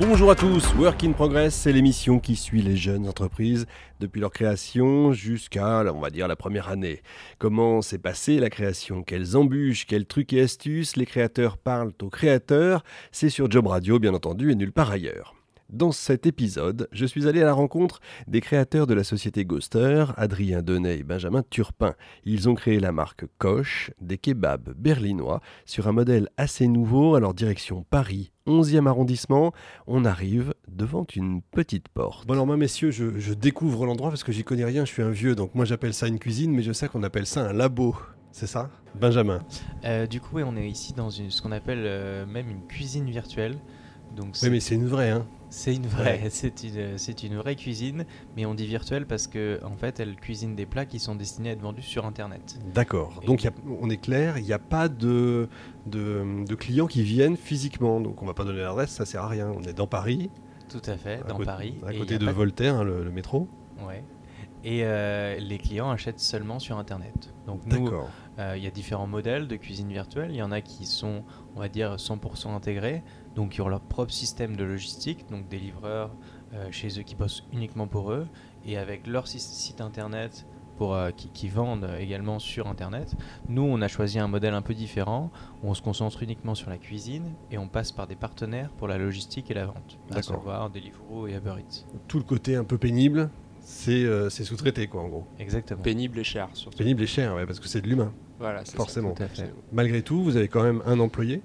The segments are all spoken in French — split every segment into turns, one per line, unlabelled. Bonjour à tous, Work in Progress, c'est l'émission qui suit les jeunes entreprises depuis leur création jusqu'à, on va dire, la première année. Comment s'est passée la création Quelles embûches Quels trucs et astuces Les créateurs parlent aux créateurs. C'est sur Job Radio, bien entendu, et nulle part ailleurs. Dans cet épisode, je suis allé à la rencontre des créateurs de la société Ghoster, Adrien Denay et Benjamin Turpin. Ils ont créé la marque Koch, des kebabs berlinois, sur un modèle assez nouveau, alors direction Paris, 11e arrondissement. On arrive devant une petite porte.
Bon alors moi messieurs, je, je découvre l'endroit parce que j'y connais rien, je suis un vieux, donc moi j'appelle ça une cuisine, mais je sais qu'on appelle ça un labo. C'est ça Benjamin.
Euh, du coup, ouais, on est ici dans une, ce qu'on appelle euh, même une cuisine virtuelle. Donc
Oui mais c'est une vraie, hein
c'est une vraie, c'est une, euh, c'est une vraie cuisine, mais on dit virtuelle parce que en fait, elle cuisine des plats qui sont destinés à être vendus sur Internet.
D'accord. Donc il y a- on est clair, il n'y a pas de, de, de clients qui viennent physiquement, donc on va pas donner l'adresse, ça sert à rien. On est dans Paris,
Tout à fait,
à
dans
côté-
Paris.
à
et
côté
il y
de
a pas
Voltaire, hein, le, le métro.
Ouais. Et euh, les clients achètent seulement sur Internet. Donc nous,
D'accord.
euh, il y a différents modèles de cuisine virtuelle. Il y en a qui sont, on va dire, 100% intégrés, donc qui ont leur propre système de logistique, donc des livreurs euh, chez eux qui bossent uniquement pour eux, et avec leur si- site internet pour, euh, qui, qui vendent également sur internet. Nous, on a choisi un modèle un peu différent. On se concentre uniquement sur la cuisine et on passe par des partenaires pour la logistique et la vente, à
D'accord.
savoir Deliveroo et Uber Eats.
Tout le côté un peu pénible, c'est euh, c'est sous-traité quoi en gros.
Exactement.
Pénible et cher, surtout.
Pénible et cher, ouais, parce que c'est de l'humain,
Voilà, c'est ça.
forcément.
Tout à fait.
Malgré tout, vous avez quand même un employé.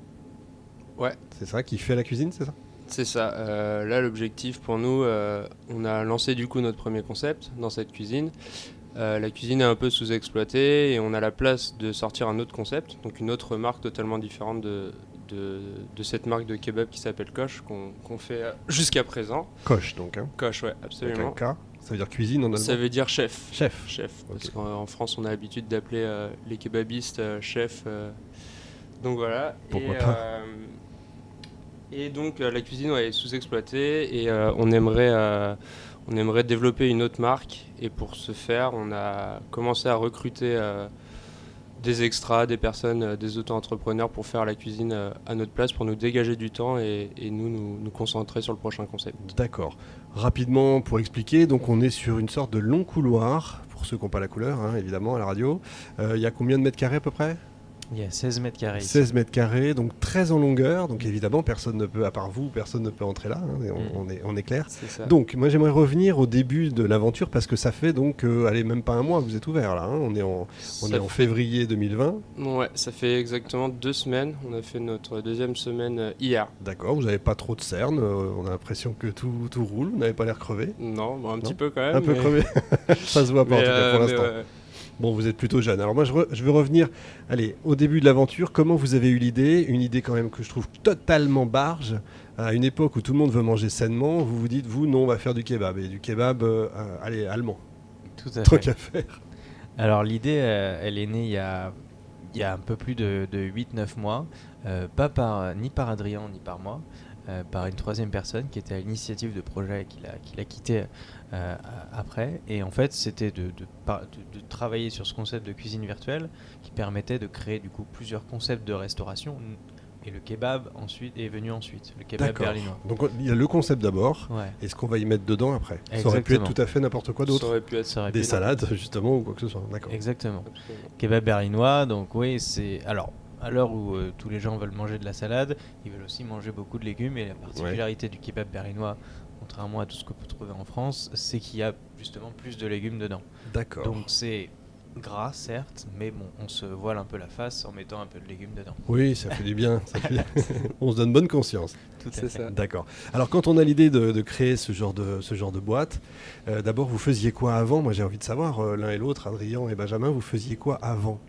Ouais.
C'est ça qui fait la cuisine, c'est ça
C'est ça. euh, là, l'objectif pour nous, euh, on a lancé du coup notre premier concept dans cette cuisine. Euh, la cuisine est un peu sous-exploitée et on a la place de sortir un autre concept, donc une autre marque totalement différente de, de, de cette marque de kebab qui s'appelle Koch, qu'on qu'on fait euh, jusqu'à présent.
Coche donc, hein,
Koch, ouais,
avec un
absolument.
K. Ça veut dire cuisine en allemand.
Ça veut dire chef.
Chef.
Chef. Parce
Ok.
qu'en en France, on a l'habitude d'appeler euh, les kebabistes euh, chefs. euh. donc voilà.
Pourquoi
et,
pas.
euh, et donc euh, la cuisine ouais, est sous-exploitée et euh, on, aimerait, euh, on aimerait développer une autre marque. Et pour ce faire, on a commencé à recruter euh, des extras, des personnes, euh, des auto-entrepreneurs pour faire la cuisine euh, à notre place, pour nous dégager du temps et, et nous, nous nous concentrer sur le prochain concept.
D'accord. Rapidement pour expliquer, donc on est sur une sorte de long couloir, pour ceux qui n'ont pas la couleur, hein, évidemment, à la radio. Euh, Il y a combien de mètres carrés à peu près
Il y a 16 mètres carrés. ici.
16 mètres carrés, donc 13 en longueur. Donc évidemment, personne ne peut, à part vous, personne ne peut entrer là. hein, et on,
Mm.
on est, on est clair.
C'est ça.
Donc, moi j'aimerais revenir au début de l'aventure parce que ça fait donc, euh, allez, même pas un mois que vous êtes ouvert là. hein. On est en, on
Ça
est en février 2020.
Ouais, ça fait exactement deux semaines. On a fait notre deuxième semaine euh, hier.
D'accord, vous n'avez pas trop de cernes. euh, on a l'impression que tout, tout roule. Vous n'avez pas l'air crevé.
Non, bon, un petit
Non.
peu quand même.
Un peu
mais-
crevé. ça se voit pas en
Ah mais,
tout cas
euh,
pour
mais
l'instant.
ouais.
Bon, vous êtes plutôt jeune. Alors moi, je, re- je veux revenir, allez, au début de l'aventure. Comment vous avez eu l'idée Une idée quand même que je trouve totalement barge. euh, À une époque où tout le monde veut manger sainement, vous vous dites, vous, non, on va faire du kebab. Et du kebab, euh, euh, allez, allemand.
Tout à
Tant
fait.
qu'à faire.
Alors l'idée, euh, elle est née il y a, il y a un peu plus de, de 8-9 mois, euh, pas par, ni par Adrien ni par moi, euh, par une troisième personne qui était à l'initiative de projet qu'il a, qu'il a quitté euh, a- après. Et en fait, c'était de, de par- de- de travailler sur ce concept de cuisine virtuelle qui permettait de créer du coup plusieurs concepts de restauration. Et le kebab ensuite est venu ensuite, le kebab
D'accord.
berlinois.
Donc on- il y a le concept d'abord,
Ouais,
et ce qu'on va y mettre dedans après. Ça aurait pu être
Exactement.
tout à fait n'importe quoi
Ça
d'autre.
aurait pu être
ça aurait
Des
pu-
salades, justement, ou quoi que ce soit. D'accord.
Exactement.
Absolument.
Kebab berlinois, donc oui, c'est. Alors, à l'heure où euh, tous les gens veulent manger de la salade, ils veulent aussi manger beaucoup de légumes. Et la particularité du kebab berlinois, contrairement à tout ce que peut trouver en France, c'est qu'il y a justement plus de légumes dedans.
D'accord.
Donc c'est gras, certes, mais bon, on se voile un peu la face en mettant un peu de légumes dedans.
Oui, ça fait du bien. ça fait du- on se donne bonne conscience.
Tout
C'est ça.
D'accord. Alors quand on a l'idée de, de créer ce genre de, ce genre de boîte, euh, d'abord vous faisiez quoi avant Moi j'ai envie de savoir, euh, l'un et l'autre, Adrien et Benjamin, vous faisiez quoi avant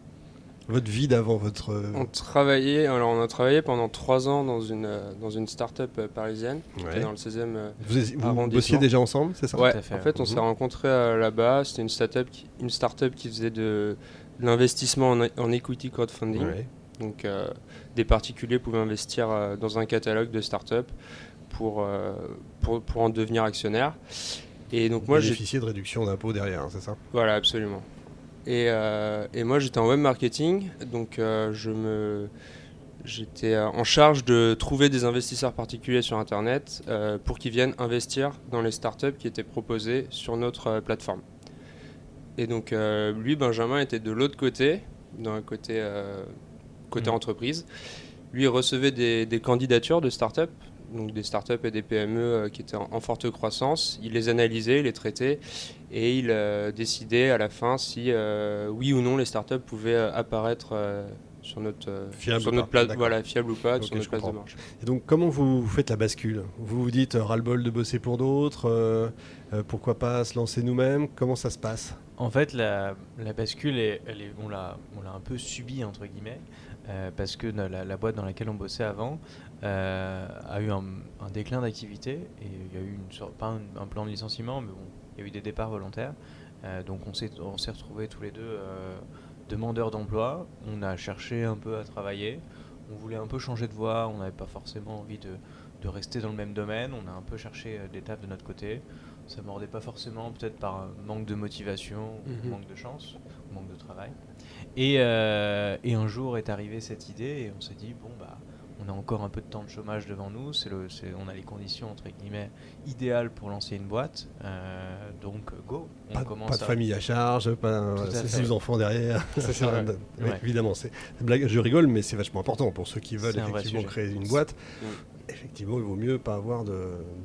Votre vie d'avant, votre... euh,
On travaillait, alors on a travaillé pendant trois ans dans une, euh, dans une start-up euh, parisienne, qui
Ouais.
était dans le 16e euh,
Vous, vous
arrondissement.
bossiez déjà ensemble, c'est ça
Ouais,
à fait,
en fait, on
Mhm.
s'est rencontrés euh, là-bas. C'était une start-up qui, une start-up qui faisait de, de l'investissement en, en equity crowdfunding.
Ouais.
Donc, euh, des particuliers pouvaient investir euh, dans un catalogue de start-up pour, euh, pour, pour en devenir actionnaire. Et donc, moi, j'ai
Bénéficier de réduction d'impôts derrière, hein, c'est ça
Voilà, absolument. Et, euh, et moi, j'étais en web marketing, donc euh, je me J'étais euh, en charge de trouver des investisseurs particuliers sur Internet euh, pour qu'ils viennent investir dans les startups qui étaient proposées sur notre euh, plateforme. Et donc euh, lui, Benjamin, était de l'autre côté, d'un côté, euh, côté
Mmh.
Mhm.
entreprise. Lui il recevait des, des candidatures de startups, donc des startups et des PME euh, qui étaient en, en forte croissance. Il les analysait, il les traitait et il euh, décidait à la fin si euh, oui ou non les startups pouvaient euh, apparaître euh, sur notre, euh,
Fiable
sur
ou
notre
pas,
place,
d'accord.
voilà, fiable ou pas,
Ok,
sur notre
je
place de
comprends.
marché.
Et donc, comment vous vous faites la bascule Vous vous dites euh, ras-le-bol de bosser pour d'autres, euh, euh, pourquoi pas se lancer nous-mêmes Comment ça se passe
En fait, la, la bascule, est- elle est- on l'a on l'a un peu subie, entre guillemets, euh, parce que na- la, la boîte dans laquelle on bossait avant euh, a eu un, un déclin d'activité, et il y a eu une sorte, pas un, un plan de licenciement, mais bon, il y a eu des départs volontaires. Euh, donc on s'est on s'est retrouvés tous les deux euh, demandeurs d'emploi, on a cherché un peu à travailler, on voulait un peu changer de voie, on n'avait pas forcément envie de, de rester dans le même domaine, on a un peu cherché euh, des tables de notre côté, ça mordait pas forcément, peut-être par un manque de motivation, ou
Mhm.
manque de chance, ou manque de travail. Et, euh, et un jour est arrivée cette idée et on s'est dit, bon bah, on a encore un peu de temps de chômage devant nous, c'est le, c'est- on a les conditions entre guillemets idéales pour lancer une boîte, euh, donc go, on
pas,
commence
pas de
à-
famille à charge, pas
Tout à
c'est
fait.
six enfants derrière.
c'est
Enfin,
vrai.
oui,
Ouais.
Évidemment, c'est c'est blague. Je rigole, mais c'est vachement important pour ceux qui veulent
C'est un vrai
effectivement
sujet. Mm.
créer une boîte.
Oui.
Effectivement, il vaut mieux pas avoir de,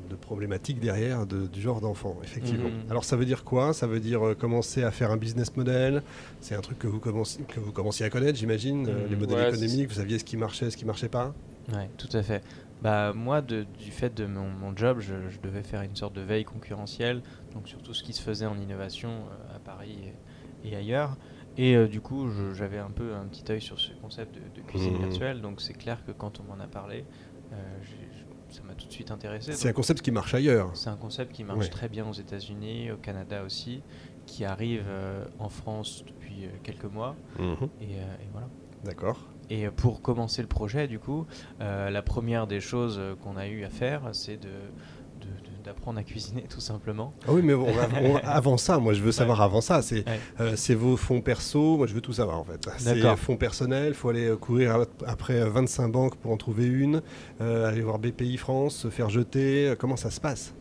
de problématiques derrière de- du genre d'enfant. Effectivement.
Mhm.
Alors, ça veut dire quoi Ça veut dire euh, commencer à faire un business model. C'est un truc que vous commencez, que vous commenciez à connaître, j'imagine, euh,
Mhm.
les modèles
Ouais,
économiques. Vous saviez ce qui marchait, ce qui marchait pas.
Ouais, tout à fait. Bah, moi, de- du fait de mon, mon job, je, je devais faire une sorte de veille concurrentielle, donc sur tout ce qui se faisait en innovation euh, à Paris et, et ailleurs. Et euh, du coup, je- j'avais un peu un petit œil sur ce concept de, de cuisine
Mhm.
virtuelle, donc c'est clair que quand on m'en a parlé, euh, j'ai- je- ça m'a tout de suite intéressé.
C'est un concept qui marche ailleurs.
C'est un concept qui marche
Ouais.
très bien aux États-Unis, au Canada aussi, qui arrive euh, en France depuis euh, quelques mois. Et, euh, et voilà.
D'accord.
Et pour commencer le projet, du coup, euh, la première des choses euh, qu'on a eu à faire, c'est de de- de- d'apprendre à cuisiner tout simplement.
Ah oui, mais on va- on va- avant ça, moi je veux savoir avant ça, c'est
Ouais.
euh, c'est vos fonds perso, moi je veux tout savoir en fait. C'est
D'accord.
fonds personnels, il faut aller euh, courir à- après euh, 25 banques pour en trouver une, euh, aller voir BPI France, se faire jeter, euh, comment ça se passe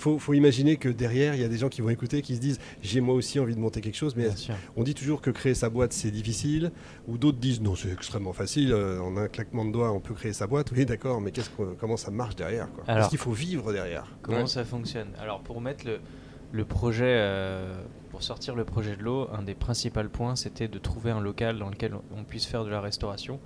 faut, faut imaginer que derrière, il y a des gens qui vont écouter, qui se disent j'ai moi aussi envie de monter quelque chose, mais
Bien sûr.
on dit toujours que créer sa boîte c'est difficile, ou d'autres disent non c'est extrêmement facile, euh, en un claquement de doigts on peut créer sa boîte, oui d'accord, mais qu'est-ce que- comment ça marche derrière quoi Parce
Alors-
qu'il faut vivre derrière.
Comment
Ouais.
ça fonctionne Alors pour mettre le, le projet, euh, pour sortir le projet de l'eau, un des principaux points c'était de trouver un local dans lequel on puisse faire de la restauration.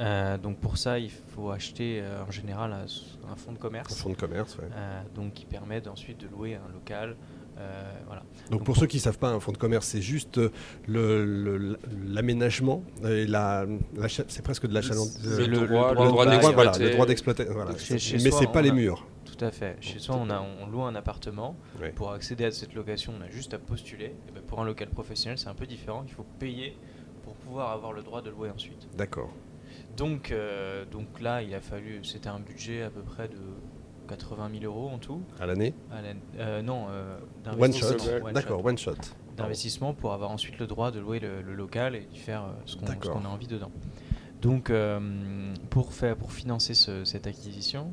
Euh, donc pour ça, il faut acheter euh, en général un, un fonds de
Un
commerce,
fonds de commerce, ouais.
euh, donc qui permet ensuite de louer un local. euh, voilà.
Donc pour ceux qui ne savent pas, un fonds de commerce, c'est juste euh, le- le- l'aménagement, et la, la cha- c'est presque de l'achat.
Le,
C'est le- le
droit, le
droit
droit
de-
d'exploiter.
voilà, le droit d'exploiter. voilà,
Donc
c'est
chez-
ça.
chez
Mais
soi,
c'est pas
on
les
a-
murs.
Tout à fait. Chez soi, on, a, on loue un appartement.
Ouais.
Pour accéder à cette location, on a juste à postuler. Et ben, pour un local professionnel, c'est un peu différent. Il faut payer pour pouvoir avoir le droit de louer ensuite.
D'accord.
Donc, euh, donc là, il a fallu. C'était un budget à peu près de 80 000 euros en tout.
À l'année.
À la- euh, non, euh,
One
d'investissement.
shot.
shot.
One
D'accord,
shot.
one shot.
D'investissement pour avoir ensuite le droit de louer le, le local et d'y faire euh, ce qu'on ce
D'accord.
qu'on a envie dedans. Donc, euh, pour, faire, pour financer ce- cette acquisition,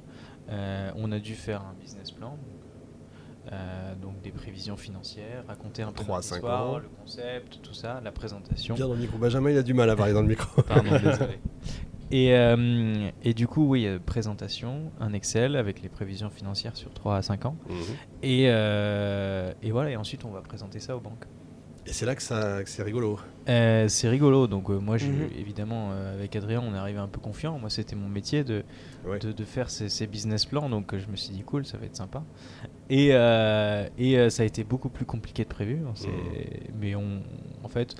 euh, on a dû faire un business plan, donc, euh, donc des prévisions financières, raconter un peu
Trois à
notre
cinq
histoire,
ans.
le concept, tout ça, la présentation.
Bien dans le micro. Benjamin, il a du mal à parler dans le micro.
Pardon, désolé. Et, euh, et du coup, oui, euh, présentation, un Excel avec les prévisions financières sur 3 à 5 ans. Et, euh, et voilà, et ensuite on va présenter ça aux banques.
Et c'est là que, ça- que c'est rigolo.
Euh, c'est rigolo, donc euh, moi j'ai
Mhm.
évidemment euh, avec Adrien on est arrivé un peu confiant, moi c'était mon métier de,
Ouais.
de, de faire ces, ces business plans, donc euh, je me suis dit cool, ça va être sympa. Et, euh, et euh, ça a été beaucoup plus compliqué de prévu, hein, c'est-
Mhm.
mais on, en fait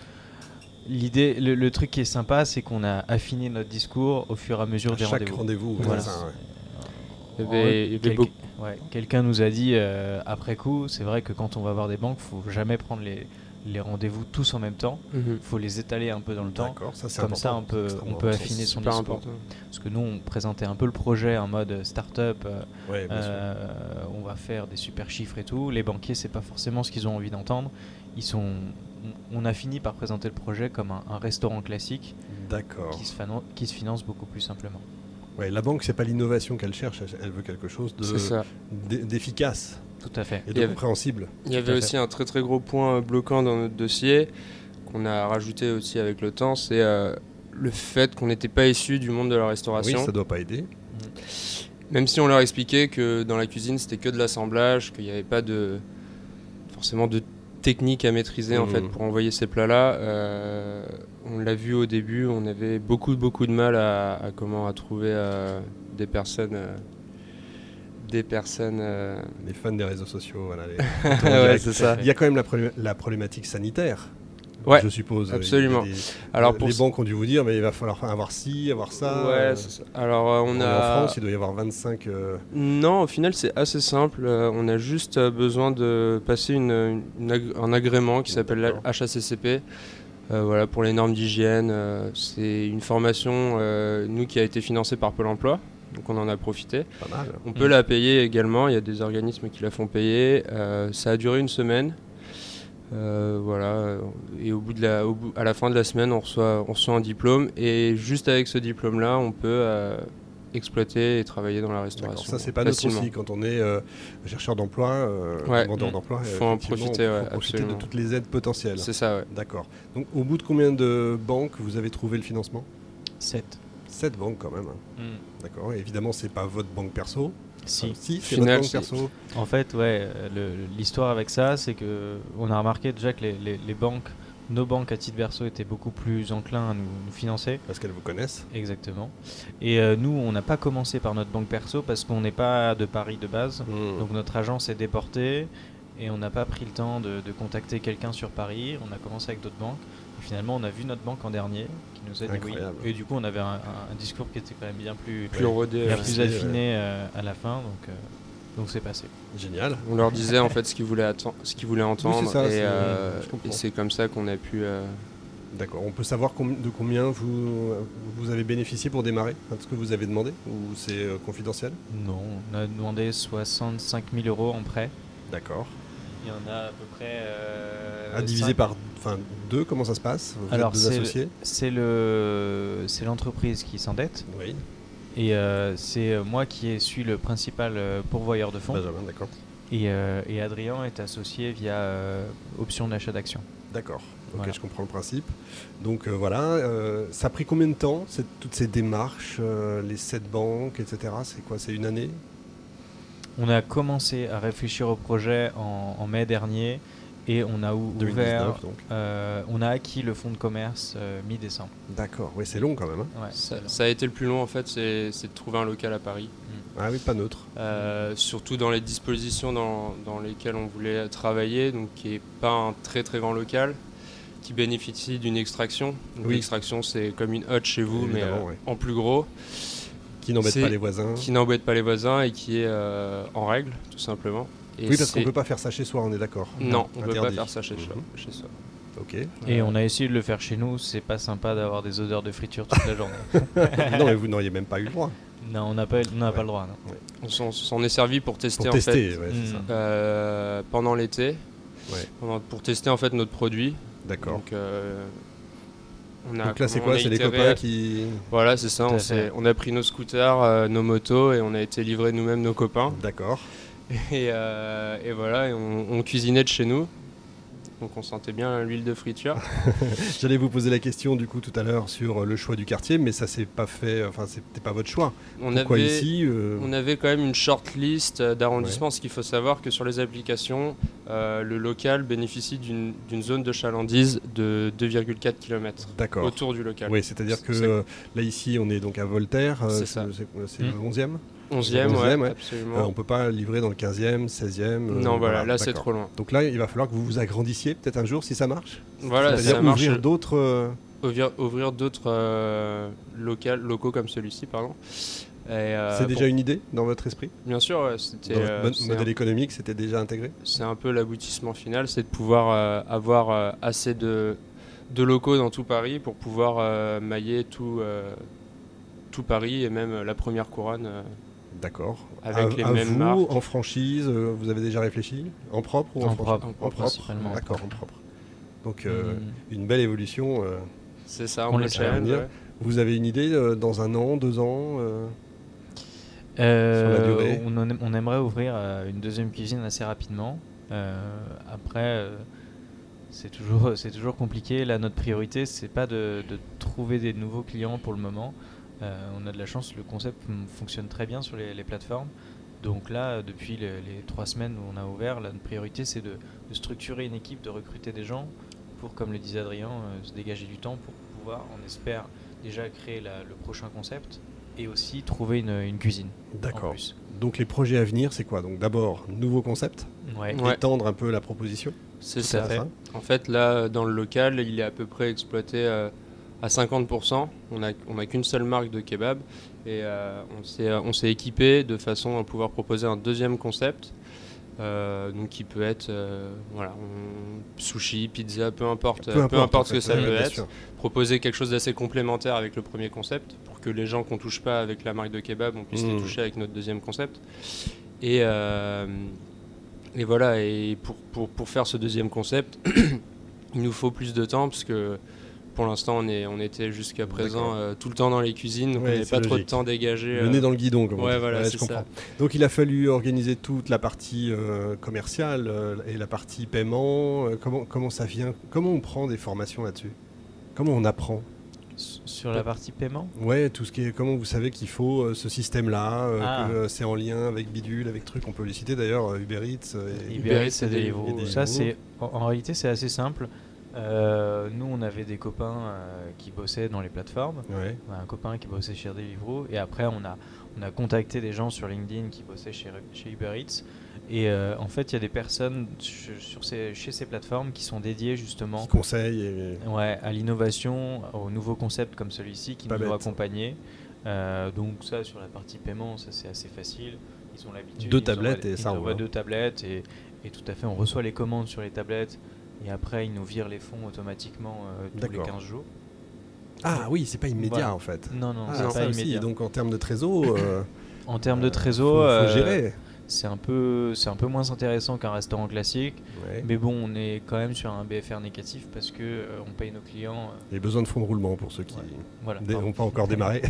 l'idée, le, le truc qui est sympa c'est qu'on a affiné notre discours au fur et à mesure
À
des
chaque rendez-vous.
rendez-vous.
ouais,
Voilà.
c'est ça, ouais.
En-
Il y avait- il y avait
quelqu'un-
beaucoup-
ouais, quelqu'un nous a dit euh, après coup, c'est vrai que quand on va voir des banques, faut jamais prendre les, les rendez-vous tous en même temps.
Mhm.
faut les étaler un peu dans le temps.
D'accord, ça c'est
Comme ça,
important.
on peut,
Extrêmement
on peut
important.
affiner son
Super
discours.
important.
Parce que nous, on présentait un peu le projet en mode start-up, euh,
Ouais, Eh bien sûr.
euh, on va faire des super chiffres et tout. Les banquiers, c'est pas forcément ce qu'ils ont envie d'entendre. ils sont, on a fini par présenter le projet comme un, un restaurant classique
D'accord.
qui se, fano- qui se finance beaucoup plus simplement.
Ouais, la banque, c'est pas l'innovation qu'elle cherche, elle- elle veut quelque chose de-
C'est ça.
d'e- d'efficace
Tout à fait.
et
Il y
de
avait-
compréhensible.
Il y
Tout à
avait
fait.
aussi un très très gros point euh, bloquant dans notre dossier qu'on a rajouté aussi avec le temps, c'est euh, le fait qu'on n'était pas issu du monde de la
Oui,
restauration.
ça doit pas aider.
Même si on leur expliquait que dans la cuisine c'était que de l'assemblage, qu'il n'y avait pas de forcément de technique à maîtriser en
Mhm.
fait pour envoyer ces plats-là. euh, on l'a vu au début, on avait beaucoup beaucoup de mal à, à comment à trouver euh, des personnes, euh, des personnes. euh,
Les fans des réseaux sociaux, voilà. les-
ouais,
direct.
c'est ça.
Il y a quand même la, problé- la problématique sanitaire.
Ouais,
je suppose.
absolument.
Il y a des-
Alors
les
pour
banques ont dû vous dire, mais il va falloir avoir ci, avoir ça.
Ouais,
Euh,
c'est ça. Alors euh, on
on est En
a.
France, il doit y avoir 25. euh,
Non, au final c'est assez simple. Euh, on a juste euh, besoin de passer une- une ag- un agrément qui s'appelle la
D'accord.
HACCP. euh, voilà pour les normes d'hygiène. Euh, c'est une formation euh, nous qui a été financée par Pôle Emploi. Donc on en a profité.
pas mal.
On peut
Mm.
la payer également. Il y a des organismes qui la font payer. Euh, ça a duré une semaine. Euh, voilà. Et au bout de la, au bout- à la fin de la semaine, on reçoit, on reçoit un diplôme. Et juste avec ce diplôme-là, on peut euh, exploiter et travailler dans la
D'accord,
restauration.
ça, c'est pas notre
facilement.
souci quand on est euh, chercheur d'emploi, euh,
Ouais.
demandeur
Mm.
d'emploi.
Faut en
effectivement,
profiter,
faut
ouais,
profiter de
absolument.
toutes les aides potentielles.
C'est ça, ouais.
D'accord. Donc, au bout de combien de banques vous avez trouvé le financement
7.
Sept banques quand même. hein.
Hmm.
D'accord. Et Évidemment, c'est pas votre banque perso.
Si.
Enfin, si, c'est votre
Final,
banque
c'est-
perso.
En fait, ouais, euh, le- l'histoire avec ça, c'est que on a remarqué déjà que les, les- les banques, nos banques à titre berceau étaient beaucoup plus enclins à nous, nous financer.
Parce qu'elles vous connaissent.
Exactement. Et euh, nous, on n'a pas commencé par notre banque perso parce qu'on n'est pas de Paris de base. Donc notre agent s'est déporté et on n'a pas pris le temps de, de contacter quelqu'un sur Paris. On a commencé avec d'autres banques. Et finalement, on a vu notre banque en dernier qui nous a dit
Incroyable.
oui. Et du coup, on avait un, un- un discours qui était quand même bien plus,
Plus rodé.
bien
ouais.
plus
ouais.
affiné euh, à la fin. Donc euh, donc c'est passé.
Génial.
On leur disait en fait ce qu'ils voulaient, atten- ce qu'ils voulaient entendre.
ça,
et
c'est-
euh,
je comprends.
et c'est comme ça qu'on a pu. euh,
D'accord. On peut savoir com- de combien vous, vous avez bénéficié pour démarrer hein, de ce que vous avez demandé Ou c'est euh, confidentiel
Non, on a demandé 65 000 euros en prêt.
D'accord.
Il y en a à peu près. euh,
à diviser
cinq-
par enfin, deux, comment ça se passe Vous
Alors,
êtes deux
c'est le-
associés
C'est le c'est l'entreprise qui s'endette
Oui,
et euh, c'est euh, moi qui suis le principal euh, pourvoyeur de fonds.
Benjamin, d'accord.
Et, euh, et Adrien est associé via euh, option d'achat d'actions.
D'accord, ok,
Voilà.
je comprends le principe. Donc euh, voilà, euh, ça a pris combien de temps, cette- toutes ces démarches, euh, les sept banques, etc. C'est quoi C'est une année
On a commencé à réfléchir au projet en, en mai dernier et on a ou-
2019,
ouvert,
donc.
euh, on a acquis le fonds de commerce euh, mi-décembre.
D'accord, oui, c'est long quand même. hein.
Ouais,
ça,
c'est-
ça a été le plus long en fait, c'est c'est de trouver un local à Paris.
Ah oui, pas neutre.
Euh, surtout dans les dispositions dans, dans lesquelles on voulait travailler, donc qui n'est pas un très très grand local, qui bénéficie d'une extraction. Donc,
Oui.
L'extraction c'est comme une hotte chez vous, mais
Évidemment,
euh,
ouais.
en plus gros,
Qui n'embête
C'est-
pas les voisins.
qui n'embête pas les voisins et qui est euh, en règle tout simplement. Et
Oui, parce qu'on
c'est-
peut pas faire ça chez soi, on est d'accord.
Non, on peut pas
interdit.
faire ça chez, soi-
Mhm.
chez soi.
Ok.
Et on a essayé de le faire chez nous, c'est pas sympa d'avoir des odeurs de friture toute la journée.
non, mais vous n'auriez même pas eu le droit.
non, on n'a pas, on n'a
Ouais.
pas le droit. non.
On s'en- on s'en est servi pour tester,
Pour
en fait,
tester, ouais, c'est ça.
Mm.
euh, pendant l'été
Ouais.
pendant- pour tester en fait notre produit.
D'accord.
Donc, euh, on a
Donc là, c'est
comment on
quoi
a
C'est les
itéré.
copains qui.
Voilà, c'est ça.
Tout à fait.
On, s'est- on a pris nos scooters, euh, nos motos et on a été livrer nous-mêmes nos copains.
D'accord.
Et, euh, et voilà, et on, on cuisinait de chez nous. Donc on sentait bien l'huile de friture.
J'allais vous poser la question du coup tout à l'heure sur euh, le choix du quartier, mais ça c'est pas fait, enfin c'était pas votre choix.
On
Pourquoi
avait,
ici euh,
on avait quand même une short list euh, d'arrondissements, parce qu'il faut savoir que sur les applications, euh, le local bénéficie d'une d'une zone de chalandise de 2,4 km
D'accord.
autour du local.
Oui, c'est-à-dire que
C'est-
euh, là ici on est donc à Voltaire, euh,
C'est
c'est
ça. Hmm.
c'est- c'est le
Mm.
11e.
11e,
11e,
ouais,
ouais.
absolument.
Euh, on peut pas livrer dans le 15e, 16e. euh,
non, voilà, là c'est
d'accord.
trop loin.
Donc là il va falloir que vous vous agrandissiez peut-être un jour si ça marche.
Voilà,
c'est-à-dire
ça marche.
ouvrir d'autres. euh,
Ouvrir, ouvrir d'autres euh, locales- locaux comme celui-ci, pardon. Et, euh,
c'est déjà
bon,
une idée dans votre esprit
Bien sûr, ouais, c'était.
Dans votre
euh,
bon-
c'est
modèle
un-
économique, c'était déjà intégré
c'est un, peu l'aboutissement final, c'est de pouvoir euh, avoir euh, assez de, de locaux dans tout Paris pour pouvoir euh, mailler tout, euh, tout Paris et même euh, la première couronne. euh.
D'accord.
Avec
à,
les
à
mêmes
vous,
marques.
en franchise, euh, vous avez déjà réfléchi En propre ou en,
En
franchise
propre, Mm.
En propre, Mm-hmm.
principalement.
D'accord, en propre. Donc euh, une belle évolution. euh.
C'est ça,
On
on, le
les
challenge.
challenge.
ouais.
Vous avez une idée euh, dans un an, deux ans euh,
Euh,
Sur la durée.
on, en aim- on aimerait ouvrir euh, une deuxième cuisine assez rapidement. Euh, après, euh, c'est toujours, c'est toujours compliqué. Là, notre priorité, c'est pas de, de trouver des nouveaux clients pour le moment. Euh, on a de la chance, le concept fon- fonctionne très bien sur les, les plateformes. Donc là, depuis les, les trois semaines où on a ouvert, la notre priorité, c'est de, de structurer une équipe, de recruter des gens pour, comme le disait Adrien, euh, se dégager du temps pour pouvoir, on espère, déjà créer la- le prochain concept et aussi trouver une- une cuisine.
D'accord. Donc les projets à venir, c'est quoi Donc d'abord, nouveau concept,
Ouais.
Ouais.
étendre un peu la proposition.
C'est
Tout à
ça.
fait.
En fait, là, dans le local, il est à peu près exploité euh, à 50%. On n'a on a qu'une seule marque de kebab. Et euh, on s'est- on s'est équipé de façon à pouvoir proposer un deuxième concept. euh, donc, qui peut être euh, voilà, on- sushi, pizza, peu importe, euh, peu importe,
en
ce que
fait,
ça
ouais,
peut
bien
être.
sûr.
Proposer quelque chose d'assez complémentaire avec le premier concept pour que les gens qu'on touche pas avec la marque de kebab, on puisse
Mhm.
les toucher avec notre deuxième concept. Et, euh, et voilà, et pour, pour, pour faire ce deuxième concept, il nous faut plus de temps parce que pour l'instant on, est, on était jusqu'à présent euh, tout le temps dans les cuisines, donc
Ouais,
on n'avait
c'est
pas trop de
logique.
temps dégagé.
Le
euh,
nez dans le guidon, comme on
ouais,
dit.
voilà,
je
c'est
comprends.
ça.
Donc il a fallu organiser toute la partie euh, commerciale euh, et la partie paiement. euh, comment, comment ça vient Comment on prend des formations là-dessus Comment on apprend
S- Sur la partie paiement
Ouais, tout ce qui est. Comment vous savez qu'il faut euh, ce système-là euh,
Ah.
que, euh, C'est en lien avec Bidule, avec truc. On peut les citer d'ailleurs, euh, Uber Eats. euh, et-
Uber Eats,
c'est
et Deliveroo.
Deliveroo.
Et
Ça,
Deliveroo.
c'est en, en réalité, c'est assez simple. Euh, nous, on avait des copains euh, qui bossaient dans les plateformes.
Ouais.
On a un copain qui bossait chez Deliveroo et après on a, on a contacté des gens sur LinkedIn qui bossaient chez, chez Uber Eats et euh, en fait il y a des personnes sur, sur ces, chez ces plateformes qui sont dédiées justement
Qui conseille et-
Ouais, à l'innovation, aux nouveaux concepts comme celui-ci qui
Pas
nous ont
bête.
accompagnés. Euh, donc ça, sur la partie paiement, ça c'est assez facile. Ils ont l'habitude.
Deux
ils
tablettes
envoient-
et ça
ils envoient
roule.
deux tablettes et, et tout à fait, on reçoit les commandes sur les tablettes et après ils nous virent les fonds automatiquement euh, tous les
D'accord.
15 jours.
Ah oui, c'est pas immédiat
Voilà.
en fait.
Non, non,
Ah,
c'est
ça
pas
aussi.
immédiat.
Donc en termes de trésor, euh,
en termes de
euh,
trésor,
faut, faut
euh,
gérer.
c'est un peu, c'est un peu moins intéressant qu'un restaurant classique.
Ouais.
Mais bon, on est quand même sur un BFR négatif parce que euh, on paye nos clients. euh,
Et besoin de fonds de roulement pour ceux qui
Ouais. voilà, pardon.
n'ont pas encore démarré.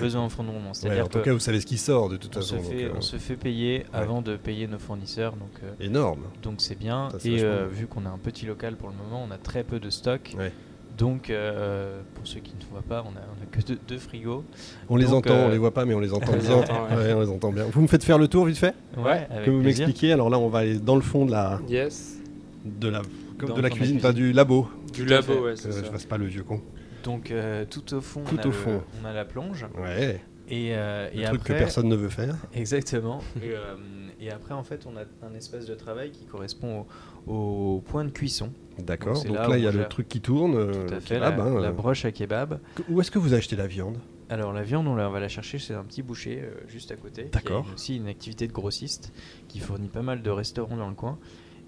besoin en fonds de roulement.
Ouais,
C'est-à-dire
en tout
que
cas, vous savez ce qui sort de toute
on,
façon.
se
donc,
fait,
euh,
on se fait payer avant de payer nos fournisseurs, donc euh,
Énorme.
donc c'est bien.
Ça, c'est
Et
vachement
euh,
bien.
vu qu'on a un petit local pour le moment, on a très peu de stock.
Ouais.
Donc euh, pour ceux qui ne voient pas, on a, on a que deux, deux frigos.
On les
Donc,
entend,
euh,
on les voit pas, mais on les entend
on les
bien.
entend, ouais.
Ouais, on les entend bien. Vous me faites faire le tour vite fait
Ouais, avec
Que vous
plaisir.
m'expliquez. Alors là, on va aller dans le fond de la,
Yes.
de la,
Dans
de
le fond de la
la cuisine,
cuisine.
enfin, du labo.
Du
Tout à
labo,
fait.
ouais,
Que
c'est ça.
Euh, je fasse pas le vieux con.
Donc euh, tout au fond,
Tout
on, a
au
le-
fond.
on a la plonge.
Ouais.
Et, euh,
Le
et
truc
après,
que personne ne veut faire.
Exactement. Et, euh, et après, en fait, on a un espace de travail qui correspond au, au point de cuisson.
D'accord.
c'est
Donc
là
là,
où
il y a
on
le
gère.
truc qui tourne. euh,
Tout à
le
fait,
kebab,
la-
hein,
la
euh.
broche à kebab.
Où est-ce que vous achetez la viande
Alors la viande, on la, on va la chercher chez un petit boucher euh, juste à côté. qui a
D'accord.
une- aussi une activité de grossiste qui fournit pas mal de restaurants dans le coin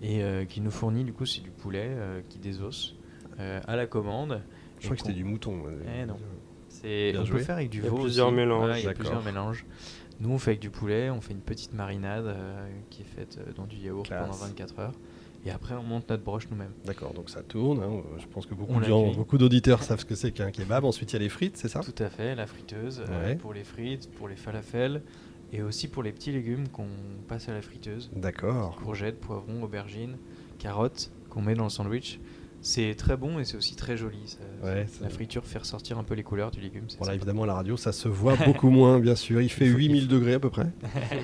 et euh, qui nous fournit du coup c'est du poulet euh, qui désosse euh, à la commande.
Je crois
Et
que c'était
qu'on-
du mouton. euh, ouais.
Eh non. C'est
Bien
on
joué.
peut faire avec du
Il y a
veau.
plusieurs
aussi.
mélanges,
Ouais, il y a
d'accord.
plusieurs mélanges. Nous on fait avec du poulet, on fait une petite marinade euh, qui est faite euh, dans du yaourt
Classe.
pendant 24 heures et après on monte notre broche nous-mêmes.
D'accord, donc ça tourne. hein. Je pense que beaucoup
On
de gens,
l'accueille.
beaucoup d'auditeurs savent ce que c'est qu'un kebab. Ensuite, il y a les frites, c'est ça
Tout à fait, la friteuse euh,
Ouais.
pour les frites, pour les falafels et aussi pour les petits légumes qu'on passe à la friteuse.
D'accord.
courgettes, poivrons, aubergines, carottes qu'on met dans le sandwich. C'est très bon et c'est aussi très joli. ça-
Ouais,
la
c'est-
friture fait ressortir un peu les couleurs du légume. c'est
Bon, là,
sympa.
évidemment, à la radio, ça se voit beaucoup moins, bien sûr. Il fait
Il faut-
8000 degrés à peu près,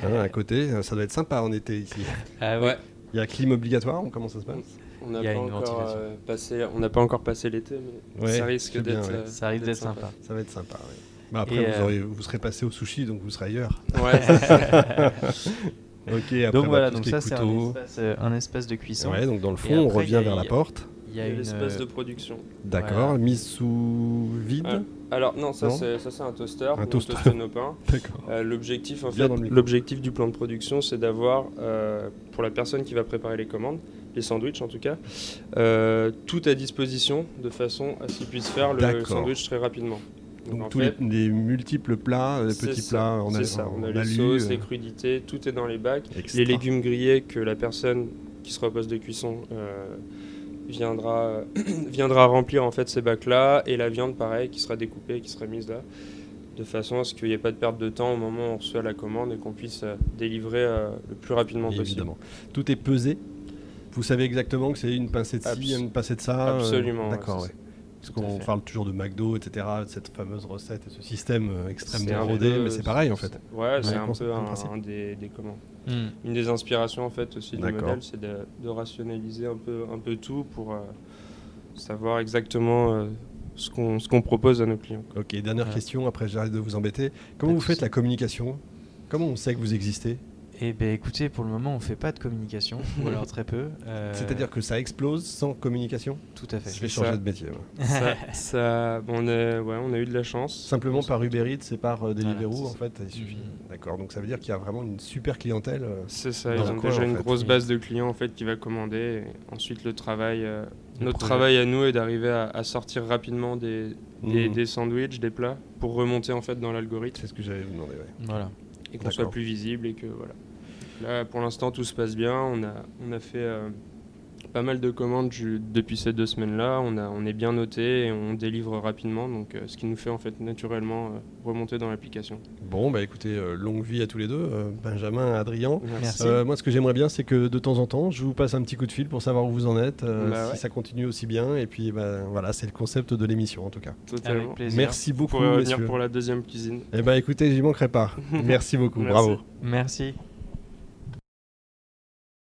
hein, à côté. Euh, Ça doit être sympa en été ici.
Ah ouais.
Ouais.
Il y a clim obligatoire ou comment ça se passe
On n'a
Il y a
pas,
une
encore,
ventilation.
euh, passé- on n'a pas encore passé l'été, mais
Ouais,
ça risque
c'est bien,
d'être.
ouais.
euh,
Ça risque d'être sympa.
Ça va être sympa, ouais. Bah, après,
Et,
vous,
euh,
aurez- vous serez passé au sushi, donc vous serez ailleurs.
Ouais, c'est ça.
Ok, après,
donc
bah,
voilà,
tout ce
donc
qui est
ça c'est un
couteau.
espace, euh, un espace de cuisson.
Ouais, donc dans le fond,
Et
on
après, il
revient
y a-
vers la
il y a-
porte.
Il y a
Et
une
l'espace
euh,
de production.
D'accord,
voilà.
mise sous vide.
Ouais. Alors non, ça
Non
c'est ça, c'est un toaster. où on
toaster.
toaste nos pains.
D'accord.
Euh, L'objectif, en
Bien
fait,
dans le micro.
l'objectif du plan de production, c'est d'avoir, euh, pour la personne qui va préparer les commandes, les sandwichs en tout cas, euh, tout à disposition de façon à ce qu'il puisse faire le
D'accord.
sandwich très rapidement. Donc,
Donc
en
tous
fait,
les, les multiples plats, euh, les
c'est
petits
ça,
plats, on a,
c'est ça.
on a
les
lu,
sauces,
euh,
les crudités, tout est dans les bacs.
extra.
Les légumes grillés que la personne qui sera au poste de cuisson euh,
viendra, euh, viendra remplir en fait ces bacs-là et la viande pareil qui sera découpée, qui sera mise là, de façon à ce qu'il n'y ait pas de perte de temps au moment où on reçoit la commande et qu'on puisse euh, délivrer euh, le plus rapidement possible.
Évidemment. Tout est pesé. Vous savez exactement que c'est une pincée de ci,
Abs-
une pincée de ça. euh,
absolument, ouais,
D'accord,
c'est
ouais. Parce
Tout à
qu'on
fait.
parle toujours de McDo, etc., de cette fameuse recette et ce système euh,
C'est
extrêmement
un
rodé,
peu-
mais c'est pareil en fait.
Ouais, c'est un
concept,
peu
un
un,
principe.
un des, des comment
Hmm.
une des inspirations en fait aussi du
D'accord.
modèle, c'est de, de rationaliser un peu, un peu tout pour euh, savoir exactement euh, ce qu'on ce qu'on propose à nos clients.
Ok, dernière
Ouais.
question, après j'arrête de vous embêter. Comment
Pas de
vous faites
souci.
la communication Comment on sait que vous existez
Eh bien, écoutez, pour le moment, on fait pas de communication, ou alors très peu. euh,
C'est-à-dire que ça explose sans communication
Tout à fait.
Je vais
ça.
changer de métier. ouais.
ça, ça- bon, on, a, ouais, on a eu de la chance.
Simplement par Uber Eats et par euh, Deliveroo,
Voilà,
en fait, il suffit.
Mhm.
D'accord, donc ça veut dire qu'il y a vraiment une super clientèle. euh,
C'est ça,
Dans
ils
le
ont
coin,
déjà
en
une
fait. Mm.
grosse
Oui.
base de clients en fait qui va commander. et ensuite, le travail, euh,
Le
notre
projet.
travail à nous est d'arriver à, à sortir rapidement des, des,
Mhm.
des sandwichs, des plats, pour remonter en fait dans l'algorithme
C'est ce que j'allais vous demander. ouais.
Voilà.
et qu'on soit
D'accord.
plus visible et que voilà. Là, pour l'instant, tout se passe bien. On a, on a fait euh, pas mal de commandes ju- depuis ces deux semaines-là. On a, on est bien noté et on délivre rapidement. Donc, euh, ce qui nous fait en fait naturellement euh, remonter dans l'application.
Bon, bah écoutez, euh, longue vie à tous les deux, euh, Benjamin, Adrien.
Merci.
Euh, moi, ce que j'aimerais bien, c'est que de temps en temps, je vous passe un petit coup de fil pour savoir où vous en êtes, euh,
Bah
si
ouais.
ça continue aussi bien. Et puis, bah, voilà, c'est le concept de l'émission en tout cas.
Totalement.
Avec plaisir.
Merci
Vous
beaucoup,
pourrez revenir
messieurs. bah,
pour la deuxième cuisine.
Eh ben, écoutez, j'y manquerai pas. Merci beaucoup,
Merci.
bravo.
Merci.